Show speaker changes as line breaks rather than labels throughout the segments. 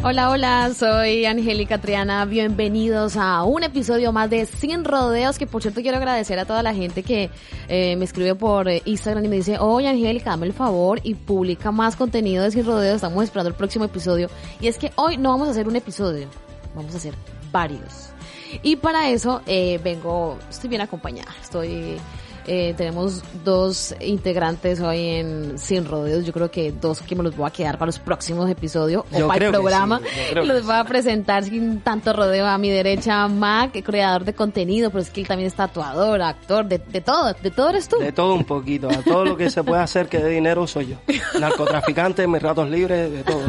Hola, hola, soy Angélica Triana. Bienvenidos a un episodio más de Sin Rodeos, que por cierto quiero agradecer a toda la gente que eh, me escribe por eh, Instagram y me dice, oye Angélica, dame el favor y publica más contenido de Sin Rodeos. Estamos esperando el próximo episodio. Y es que hoy no vamos a hacer un episodio, vamos a hacer varios. Y para eso eh, vengo, estoy bien acompañada, estoy... eh, tenemos dos integrantes hoy en Sin Rodeos, yo creo que dos que me los voy a quedar para los próximos episodios o
Yo
para el
creo que sí,
programa.
yo creo que
los voy a presentar sin tanto rodeo a mi derecha, Mac, creador de contenido, pero es que él también es tatuador, actor, de, de todo, de todo eres tú.
De todo un poquito, a todo lo que se pueda hacer que dé dinero soy yo. Narcotraficante, mis ratos libres, de todo.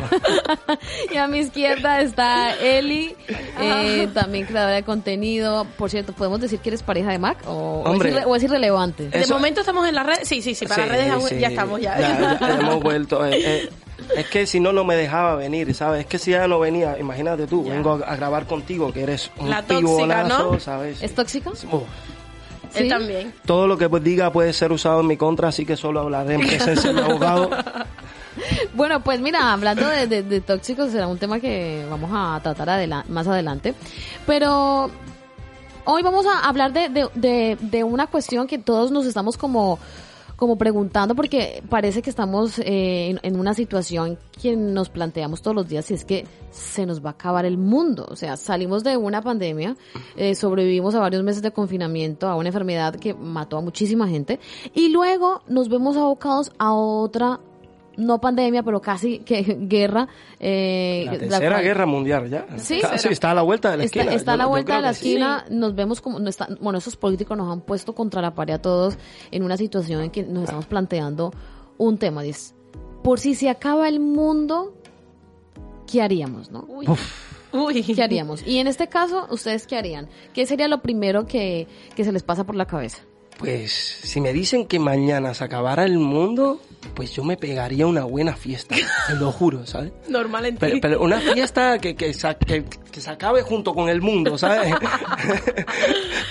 Y a mi izquierda está Eli, eh,
Ah.
también creadora de contenido. Por cierto, ¿podemos decir que eres pareja de Mac? ¿O, o es,
Hombre.
irre- o es irrelevante?
Eso-
De momento estamos en las redes. Sí, sí, sí, para
Sí,
las redes
sí.
ya estamos ya.
Ya, ya hemos vuelto. eh, eh, es que si no, no me dejaba venir, ¿sabes? Es que si ella no venía, imagínate tú, vengo a, a grabar contigo, que eres un
La tóxica,
pibonazo,
¿no?
¿sabes?
¿Es tóxico?
Uf.
Él
¿Sí?
también.
todo lo que pues, diga puede ser usado en mi contra, así que solo hablaré en presencia de abogado.
Bueno, pues mira, hablando de, de- de tóxicos, será un tema que vamos a tratar adela- más adelante. Pero hoy vamos a hablar de, de- de- de una cuestión que todos nos estamos como, como preguntando, porque parece que estamos eh, en, en una situación que nos planteamos todos los días, y es que se nos va a acabar el mundo. O sea, salimos de una pandemia, eh, sobrevivimos a varios meses de confinamiento, a una enfermedad que mató a muchísima gente, y luego nos vemos abocados a otra no pandemia, pero casi que guerra. Eh,
La
la
tercera
cual-
guerra mundial, ya.
Sí.
Casi, está a la vuelta de la
Está,
esquina.
está a
Yo-
la
yo
vuelta
creo
de la
que sí.
esquina, nos vemos como, no está, bueno, esos políticos nos han puesto contra la pared a todos en una situación en que nos estamos planteando un tema, y es, por si se acaba el mundo, ¿qué haríamos, no?
Uy. Uy.
¿Qué haríamos? Y en este caso, ¿ustedes qué harían? ¿Qué sería lo primero que, que se les pasa por la cabeza?
Pues si me dicen que mañana se acabará el mundo, pues yo me pegaría una buena fiesta, te lo juro, ¿sabes?
Normal en ti.
Pero, pero una fiesta que, que, sa- que- que se acabe junto con el mundo, ¿sabes?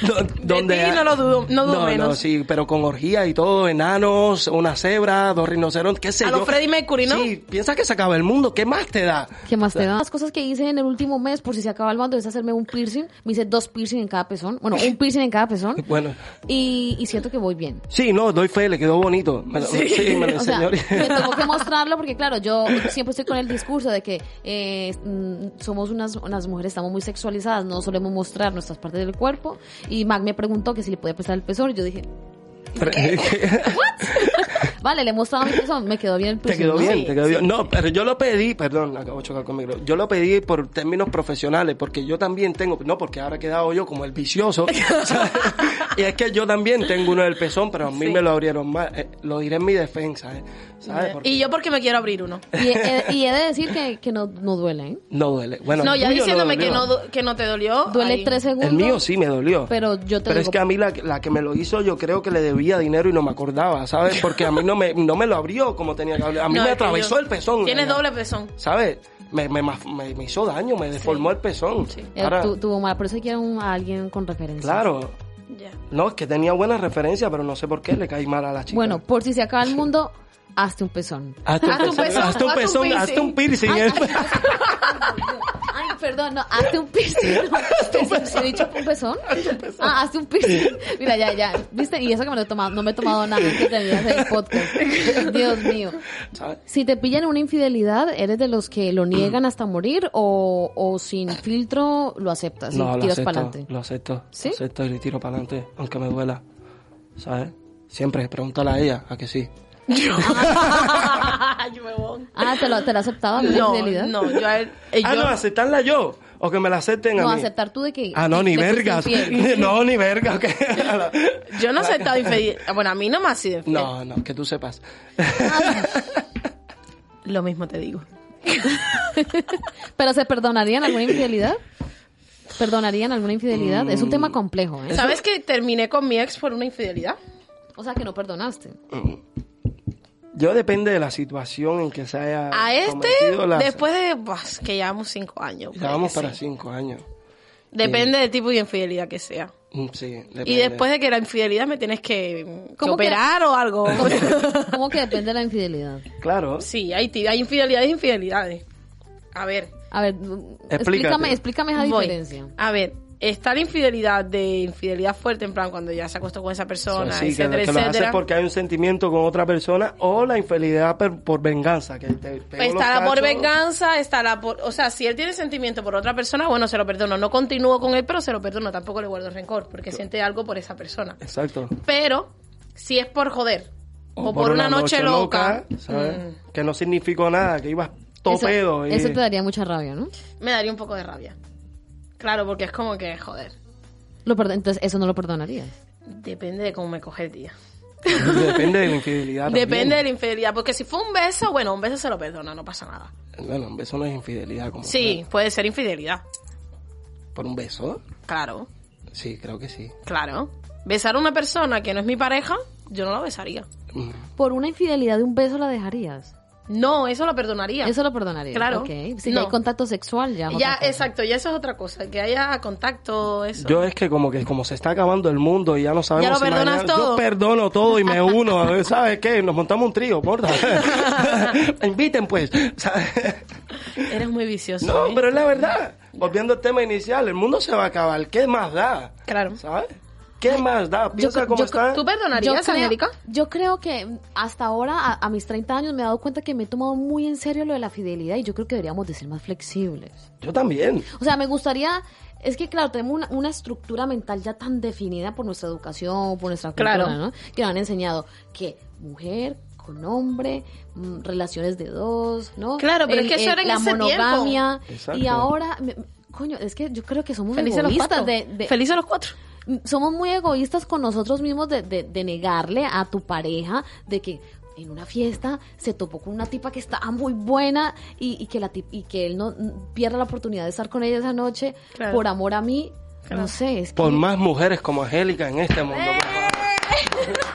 Do-
ti no lo dudo- no dudo
no, No,
menos.
sí, pero con orgía y todo, enanos, una cebra, dos rinocerontes, qué sé
A
yo.
lo Freddie Mercury, ¿no?
Sí, piensa que se acaba el mundo, ¿qué más te da?
¿Qué más te da? Las cosas que hice en el último mes, por si se acaba el mundo, es hacerme un piercing. Me hice dos piercing en cada pezón. Bueno, un piercing en cada pezón.
Bueno,
Y, y siento que voy bien.
sí, no, doy fe, le quedó bonito. Me lo- sí. me lo
O sea,
enseñó.
me tengo que mostrarlo porque, claro, yo siempre estoy con el discurso de que eh, mm, somos unas, unas mujeres, estamos muy sexualizadas, no solemos mostrar nuestras partes del cuerpo. Y Mac me preguntó que si le podía prestar el pezón. Y yo dije,
Pero-
vale, le he mostrado mi pezón, me quedó bien el
Te
Pues
pezón.
quedó
¿no?
bien, te quedó bien. No, pero yo lo pedí, perdón, acabo de chocar conmigo. Yo lo pedí por términos profesionales, porque yo también tengo, no, porque ahora he quedado yo como el vicioso. ¿sabes? y es que yo también tengo uno del pezón, pero a mí
Sí.
me lo abrieron mal. Eh, lo diré en mi defensa, ¿eh? ¿sabes? Porque
Y yo porque me quiero abrir uno.
Y, he- y he de decir que, que no, no duele, ¿eh?
no duele. Bueno,
no,
el
ya
tuyo
diciéndome que,
dolió.
no, do- que no te dolió.
Duele
ahí.
tres segundos.
El mío sí me dolió.
Pero yo te
Pero
digo,
es que a mí la, la que me lo hizo yo creo que le debía dinero y no me acordaba, ¿sabes? Porque a mí no me, no me lo abrió como tenía que abrir. A mí
No,
me
es que
atravesó
yo-
el pezón.
Tienes
¿verdad?
doble pezón.
¿sabes? Me, me, ma- me- me hizo daño, me deformó el pezón.
eh,
Ahora,
tu- tuvo mal. Por eso quiero un- a alguien con referencia.
claro,
Ya.
no, es que tenía buena referencia, pero no sé por qué le caí mal a la chica.
Bueno, por si se acaba el mundo, hazte un pezón.
hazte
haz
un
un
pezón,
pezón,
hazte un
haz un
pezón,
piercing.
hazte un piercing.
Ay,
¿eh?
Ay, perdón, no, hazte un piercing. hazte un pezón. ¿He dicho un pezón? Ah, hazte un piercing. Mira, ya, ya. ¿Viste? Y eso que me lo he tomado, no me he tomado nada que tenías el podcast. Dios mío.
¿Sabes?
Si te pillan una infidelidad, ¿eres de los que lo niegan hasta morir o, o sin filtro lo aceptas y
No, lo
tiras
acepto,
para adelante?
lo acepto,
¿Sí?
lo acepto y le tiro para adelante, aunque me duela, ¿sabes? Siempre pregúntale a ella, a que sí.
Ay, huevón.
Ah, ¿te lo, te lo aceptaba una
No,
infidelidad?
no, yo a él. eh,
Ah,
yo-
no, aceptarla yo. o que me la acepten
No,
a mí.
aceptar tú de que.
Ah, no,
que
ni
te fuiste
vergas.
infiel.
no, ni vergas. ok.
Yo no he aceptado infidelidad. Bueno, a mí no me ha sido infiel.
no, no, que tú sepas.
Lo mismo te digo.
Pero ¿se perdonarían alguna infidelidad? ¿Perdonarían alguna infidelidad? Es un
Mm.
tema complejo, ¿eh?
¿Sabes que terminé con mi ex por una infidelidad?
O sea, que no perdonaste.
Yo depende de la situación en que se haya
A este,
Ah, cometido la-
después de... buah, que llevamos cinco años.
Ya vamos
puede
para
que sí.
cinco años.
Depende del tipo de infidelidad que sea.
Mm, Sí, depende.
Y después de que la infidelidad me tienes que, que
¿Cómo que-
operar o algo.
¿Cómo que depende de la infidelidad?
Claro.
sí, hay, ti- hay infidelidades e infidelidades. A ver,
A ver, explícame, explícame esa
voy.
diferencia.
A ver, está la infidelidad de infidelidad fuerte, en plan cuando ya se acostó con esa persona,
Sí, que,
etcétera,
que lo haces
etcétera.
porque hay un sentimiento con otra persona o la infidelidad per- por venganza. Que te pegó los
Está la Pues por
cachos.
venganza, está la por... O sea, si él tiene sentimiento por otra persona, bueno, se lo perdono. No continúo con él, pero se lo perdono. Tampoco le guardo rencor, porque siente algo por esa persona.
Exacto.
Pero, si es por joder, o, por, una, noche, loca, Mm.
¿sabes? Que no significó nada, que ibas
Eso-
topedo. y...
Eso te daría mucha rabia, ¿no?
me daría un poco de rabia. Claro, porque es como que, joder,
Lo perdon- Entonces, eso no lo perdonarías.
depende de cómo me coge el día.
Depende de la infidelidad. también.
Depende de la infidelidad, porque si fue un beso, bueno, un beso se lo perdona, no pasa nada.
Bueno, un beso no es infidelidad. Como
Sí, puede ser infidelidad.
tal. ¿Por un beso?
Claro,
Sí, creo que sí.
claro. Besar a una persona que no es mi pareja, yo no la besaría.
Mm.
Por una infidelidad de un beso la dejarías.
No, eso lo perdonaría.
Eso lo perdonarías.
Claro.
Ok. Si
No.
hay contacto sexual, ya. es otra
Ya,
cosa.
exacto, ya eso es otra cosa, que haya contacto, eso.
Yo es que como que como se está acabando el mundo y ya no sabemos
Ya lo
si mañana-
perdonas todo.
Yo perdono todo y me uno. a ver, ¿Sabes qué? Nos montamos un trío, porta. Inviten pues. ¿sabes?
Eres muy vicioso.
No,
¿eh?
pero es la verdad. Volviendo al tema inicial, el mundo se va a acabar. ¿Qué más da?
Claro.
¿Sabes? ¿Qué más da? Piensa
cre-
cómo
yo
está.
¿Tú perdonarías,
creo-
Angélica?
Yo creo que hasta ahora, a, a mis 30 años, me he dado cuenta que me he tomado muy en serio lo de la fidelidad y yo creo que deberíamos de ser más flexibles.
Yo también.
O sea, me gustaría... Es que, claro, tenemos una, una estructura mental ya tan definida por nuestra educación, por nuestra cultura,
Claro.
¿no? Que nos han enseñado que mujer con hombre, mm, relaciones de dos, ¿no?
Claro, pero es que eso era en
La
ese tiempo.
monogamia. Y
Exacto.
ahora... me- coño, es que yo creo que somos
Felices los
egoístas
cuatro.
de- de,
Felices los cuatro.
somos muy egoístas con nosotros mismos de, de- de negarle a tu pareja de que en una fiesta se topó con una tipa que está muy buena y, y que la tip- y que él no mm, pierda la oportunidad de estar con ella esa noche
Claro.
por amor a mí.
Claro.
No sé, es que
Por más mujeres como Angélica en este mundo.
Eh,
por favor.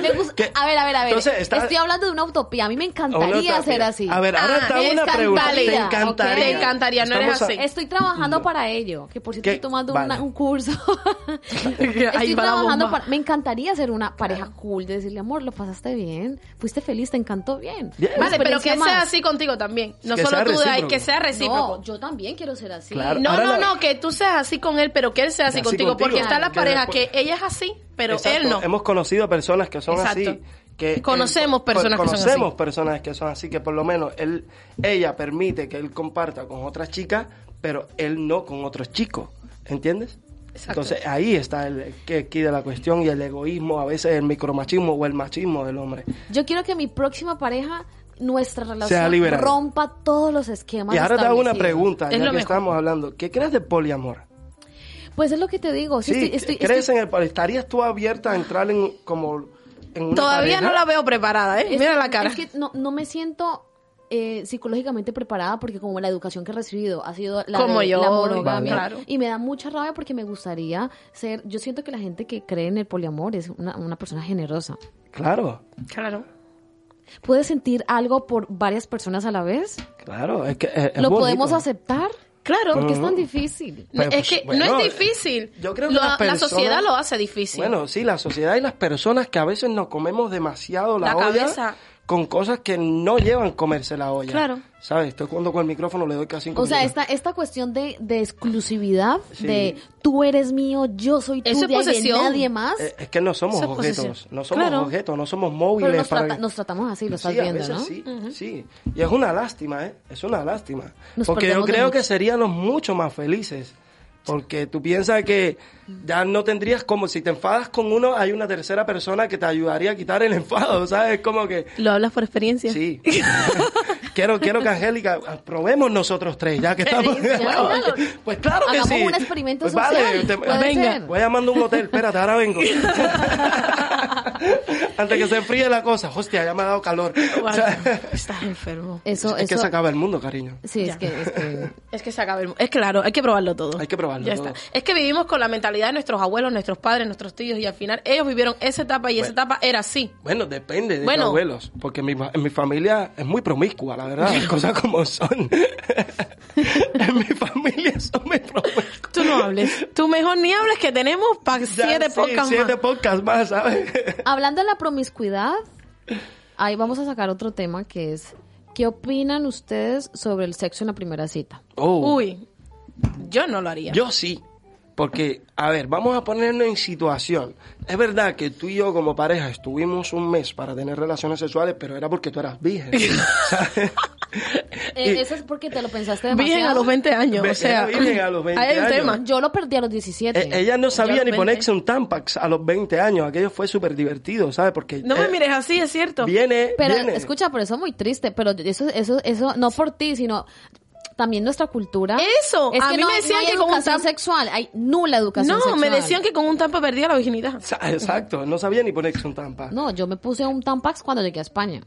me gusta-
¿Qué?
A ver, a ver, a ver.
Entonces, está-
Estoy hablando de una utopía. A mí me
Una
encantaría
utopía.
ser así.
A ver, ahora
Ah,
está una pregunta. Te
encantaría,
encantaría.
ok. Te
encantaría, no eres
Estamos a-
así.
Estoy trabajando para ello, que por cierto
¿Qué?
estoy tomando
Vale.
una- un curso.
Ahí
estoy
va la
trabajando
bomba.
para... Me encantaría ser una pareja cool, de decirle, amor, lo pasaste bien, fuiste feliz, te encantó bien.
Bien.
Una
Vale, pero
experiencia
que sea
más".
así contigo también. No
Que
solo
sea
tú, de ahí,
recíproco.
que sea recíproco.
No, yo también quiero ser así.
Claro.
No,
Ahora
no,
la-
no, que tú seas así con él, pero que él sea así,
Así
contigo,
contigo.
Porque está la
Que
pareja
después-
que ella es así, pero
Exacto.
él no.
Hemos conocido personas que son
Exacto.
así. Que
Conocemos personas que son así.
Conocemos personas que son así, que por lo menos él, ella permite que él comparta con otras chicas, pero él no con otros chicos. ¿Entiendes?
Exacto.
Entonces ahí está el que aquí de la cuestión y el egoísmo, a veces el micromachismo o el machismo del hombre.
Yo quiero que mi próxima pareja, nuestra
Sea
relación,
liberal.
rompa todos los esquemas.
y ahora te hago una
establecidos.
pregunta,
Es
ya
lo
que
mejor.
estamos hablando. ¿Qué crees de poliamor?
Pues es lo que te digo. sí,
Sí,
estoy- estoy-
¿crees
estoy-
en el poliamor? ¿Estarías tú abierta a entrar en como en una
Todavía no
pareja?
la veo preparada, ¿eh?
Es
Mira
que-
la cara.
Es que no, no me siento eh, psicológicamente preparada porque como la educación que he recibido ha sido la,
Como
de-
yo,
la monogamia.
claro.
Y me da mucha rabia porque me gustaría ser... Yo siento que la gente que cree en el poliamor es una, una persona generosa.
Claro,
Claro.
¿Puedes sentir algo por varias personas a la vez?
claro, es que eh, es- es
¿Lo
bonito.
podemos aceptar?
Claro.
Porque es tan difícil.
No,
Pero,
es que
pues,
no
bueno,
es difícil.
yo creo que
Lo-
las
la
personas-
sociedad lo hace difícil.
Bueno, sí, la sociedad y las personas que a veces nos comemos demasiado la,
La
olla
cabeza.
con cosas que no llevan comerse la olla.
Claro.
¿Sabes? Estoy jugando con el micrófono, le doy casi cinco
O sea,
minutos.
esta, esta cuestión de, de exclusividad,
Sí.
de tú eres mío, yo soy tú,
Eso es
de ahí de
posesión.
nadie más.
Eh, es que no somos
Eso es
objetos,
posesión.
no somos
Claro.
objetos, no somos
pero
móviles
nos,
para...
trata- nos tratamos así, lo estás
sí, a
viendo,
veces
¿no?
Sí, sí. Y es una lástima, ¿eh? Es una lástima.
Nos
porque yo
perdemos de
creo
mucho.
que seríamos mucho más felices. Porque tú piensas que ya no tendrías como si te enfadas con uno, hay una tercera persona que te ayudaría a quitar el enfado, ¿sabes? Como que
¿Lo hablas por experiencia?
Sí. quiero, quiero que Angélica, ah, probemos nosotros tres, ya que estamos.
dice?
Bueno,
Hágalo.
pues claro que
Hagamos
sí.
un experimento
Pues
social.
te-
Puede
venga,
ser.
voy llamando a un hotel, espérate, ahora vengo. Antes que se enfríe la cosa, hostia, ya me ha dado calor. O sea,
Estás enfermo.
Eso,
es que
eso-
se acaba el mundo, cariño.
Sí, es que, es que-
Es que se acaba el... Es claro, hay que probarlo todo.
Hay que probarlo
Ya
todo.
está. Es que vivimos con la mentalidad de nuestros abuelos, nuestros padres, nuestros tíos, y al final ellos vivieron esa etapa y esa etapa era así.
Bueno, depende de
Bueno.
los abuelos, porque mi, fa- mi familia es muy promiscua, la verdad, las cosas como son. en mi familia son muy promiscuas.
Tú no hables. Tú mejor ni hables que tenemos para
Ya,
siete
sí,
podcasts
siete
más.
podcasts más, ¿sabes?
Hablando de la promiscuidad, ahí vamos a sacar otro tema que es ¿qué opinan ustedes sobre el sexo en la primera cita?
Oh.
Uy, yo no lo haría.
Yo sí. Porque, a ver, vamos a ponernos en situación. Es verdad que tú y yo como pareja estuvimos un mes para tener relaciones sexuales, pero era porque tú eras virgen. ¿sabes? Y-
eso Eh, es porque te lo pensaste demasiado.
Virgen Eh, a los 20 años,
Ve-
o
era
sea,
virgen a los 20
ahí hay un
años.
tema.
Yo lo perdí a los 17.
E- Ella no
Yo
sabía
a
ni
los
ponerse un Tampax a los 20 años. Aquello fue súper divertido, ¿sabes? Porque...
No me
eh,
mires así, es cierto.
Viene,
Pero
viene.
escucha, por eso es muy triste, pero eso eso eso no por ti, sino también nuestra cultura.
Eso,
es
a
que
mí
no,
me
no
decían
hay
que con un
educación
tam-
sexual, hay nula educación
No,
sexual.
me decían que con un tampa perdía la virginidad.
Sa- Exacto, no sabía ni ponerse un Tampax.
No, yo me puse un Tampax cuando llegué a España.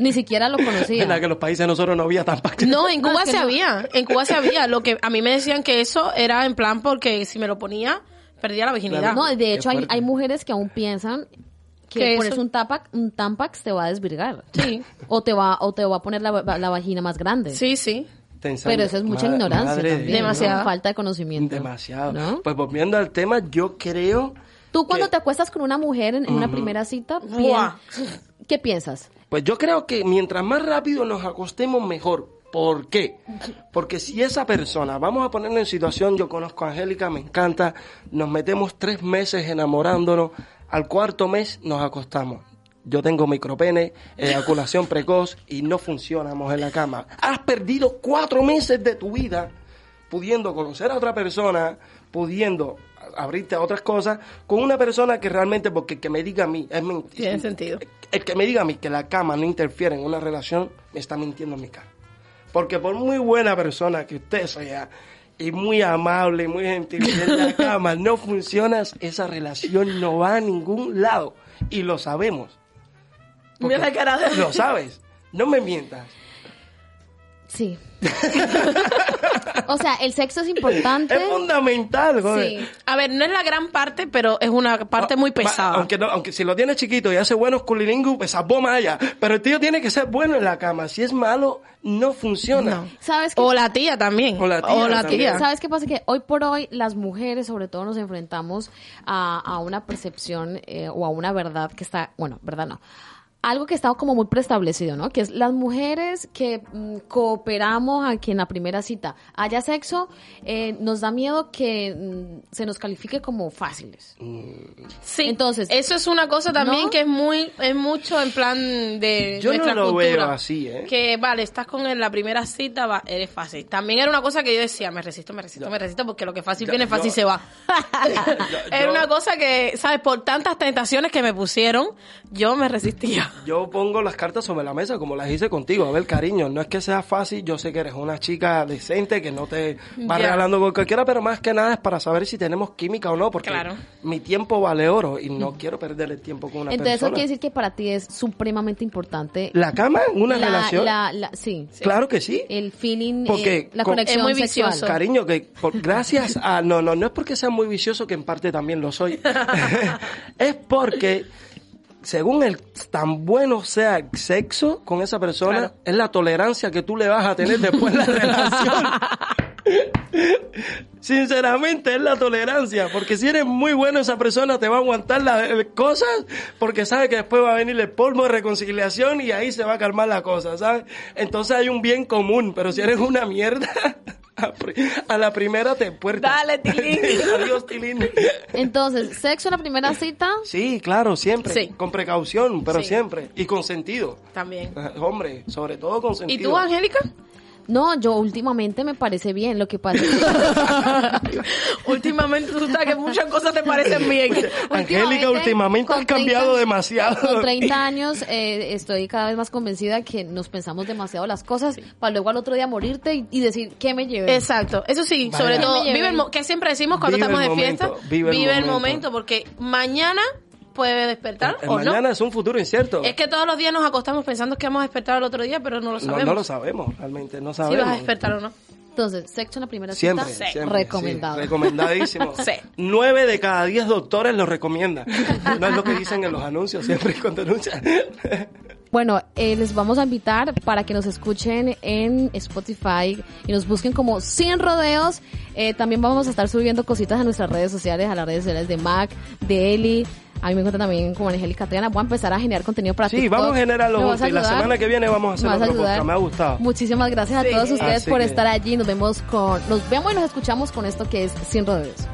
Ni siquiera lo conocía.
En la que en los países de nosotros no había Tampax.
No, en
No,
Cuba
es que
se
no.
había. En Cuba se había. Lo que a mí me decían que eso era en plan porque si me lo ponía, perdía la virginidad.
No,
Qué
de hecho hay,
fuerte.
hay mujeres que aún piensan que,
Que
ponerse
eso-
un tampax, un tampax te va a desvirgar.
Sí.
O te va, o te va a poner la, la vagina más grande.
Sí, sí.
Te enseña.
Pero eso es mucha
Ma-
ignorancia
madre de
también.
Dios.
¿no?
Demasiado.
Falta de conocimiento.
Demasiado.
¿No?
Pues eh, volviendo al tema, yo creo...
Tú cuando
que-
te acuestas con una mujer en, en una primera cita, pien-
Buah.
¿qué piensas?
Pues yo creo que mientras más rápido nos acostemos, mejor. ¿Por qué? Porque si esa persona, vamos a ponernos en situación, yo conozco a Angélica, me encanta, nos metemos tres meses enamorándonos, al cuarto mes nos acostamos. Yo tengo micropene, eyaculación precoz y no funcionamos en la cama. Has perdido cuatro meses de tu vida pudiendo conocer a otra persona, pudiendo abrirte a otras cosas, con una persona que realmente, porque el que me diga a mí, es mentira.
Tiene sentido.
El que me diga a mí que la cama no interfiere en una relación, me está mintiendo en mi cara. Porque por muy buena persona que usted sea, y muy amable, y muy gentil, si en la cama no funciona, esa relación no va a ningún lado. Y lo sabemos. Porque
Mira la cara de-
Lo sabes. No me mientas.
Sí. o sea, el sexo es importante.
Es fundamental, joder.
Sí.
A ver, no es la gran parte, pero es una parte muy
Va-
pesada.
Aunque, no- aunque si lo tienes chiquito y hace buenos culilingus, pues aboma allá. Pero el tío tiene que ser bueno en la cama. Si es malo, no funciona.
No.
¿Sabes qué?
O la tía también.
O la tía también.
tía.
¿Sabes qué pasa? Que hoy por hoy las mujeres sobre todo nos enfrentamos a, a una percepción eh, o a una verdad que está, bueno, verdad no. Algo que está como muy preestablecido, ¿no? Que es las mujeres que mm, cooperamos a que en la primera cita haya sexo, eh, nos da miedo que mm, se nos califique como fáciles.
Sí.
Entonces-
eso es una cosa también
¿No?
que es muy es mucho en plan de
Yo no
nuestra
lo
cultura.
veo así, ¿eh?
Que vale, estás con él la primera cita, va, eres fácil. También era una cosa que yo decía, me resisto, me resisto, me resisto porque lo que fácil
Ya,
viene fácil
yo-
se va.
yo-
era una cosa que, sabes, por tantas tentaciones que me pusieron, yo me resistía.
Yo pongo las cartas sobre la mesa como las hice contigo. A ver, cariño, no es que sea fácil. Yo sé que eres una chica decente, que no te va
Ya.
regalando con cualquiera, pero más que nada es para saber si tenemos química o no, porque
Claro.
mi tiempo vale oro y no quiero perder el tiempo con una
Entonces eso
persona.
quiere decir que para ti es supremamente importante
¿La cama en una
la-
relación?
la- la- sí,
Claro que sí.
el feeling,
Porque
eh, la
con-
conexión
Es muy
sexual.
vicioso.
Cariño, que por- gracias a... No, no, no es porque sea muy vicioso, que en parte también lo soy. es porque, según el tan bueno sea el sexo con esa persona,
Claro.
es la tolerancia que tú le vas a tener después de la relación. Sinceramente es la tolerancia, porque si eres muy bueno esa persona te va a aguantar las eh, cosas, porque sabe que después va a venir el polvo de reconciliación y ahí se va a calmar la cosa, ¿sabes? Entonces hay un bien común, pero si eres una mierda, a, pri- a la primera te puerta.
Dale, Tilín.
Adiós, Tilín.
Entonces, sexo en la primera cita,
Sí, claro, siempre.
Sí.
Con precaución, pero
Sí.
siempre. Y con sentido.
También.
Eh, Hombre, sobre todo con
¿Y
sentido.
tú, Angélica?
No, yo últimamente me parece bien. Lo que pasa es que
Últimamente tú sabes que muchas cosas te parecen bien.
Angélica, últimamente
con
has cambiado
30
demasiado.
Con 30 años eh, estoy cada vez más convencida que nos pensamos demasiado las cosas para luego al otro día morirte y, y decir, ¿qué me llevé?
Exacto, eso sí,
Vaya.
sobre todo,
Que me
vive el
lleven.
mo- que siempre decimos cuando
Vive
estamos
el
de fiesta,
momento, vive el momento.
porque mañana puede despertar
El
o
mañana
no.
es un futuro incierto.
Es que todos los días nos acostamos pensando que vamos a despertar el otro día, pero no lo
no,
sabemos.
no lo sabemos, realmente, no
si
sabemos.
vas a despertar o no.
Entonces, sexo en la primera
Siempre,
cita,
Sí.
siempre,
recomendado.
sí, recomendadísimo.
Sí.
Nueve de cada diez doctores lo recomiendan. No es lo que dicen en los anuncios, siempre cuando anuncian.
Bueno, eh, les vamos a invitar para que nos escuchen en Spotify y nos busquen como Sin Rodeos. Eh, también vamos a estar subiendo cositas a nuestras redes sociales, a las redes sociales de Mac, de Eli. A mí me encuentran también como Angélica Triana. Voy a empezar a generar contenido para
Sí,
TikTok.
vamos a generarlo
Me vas
juntos y la
ayudar.
semana que viene vamos a
Me
hacer
vas
otro
ayudar.
podcast. Me ha gustado.
Muchísimas gracias a
Sí.
todos ustedes
Así
por
que-
estar allí. Nos vemos con, nos vemos y nos escuchamos con esto que es Sin Rodeos.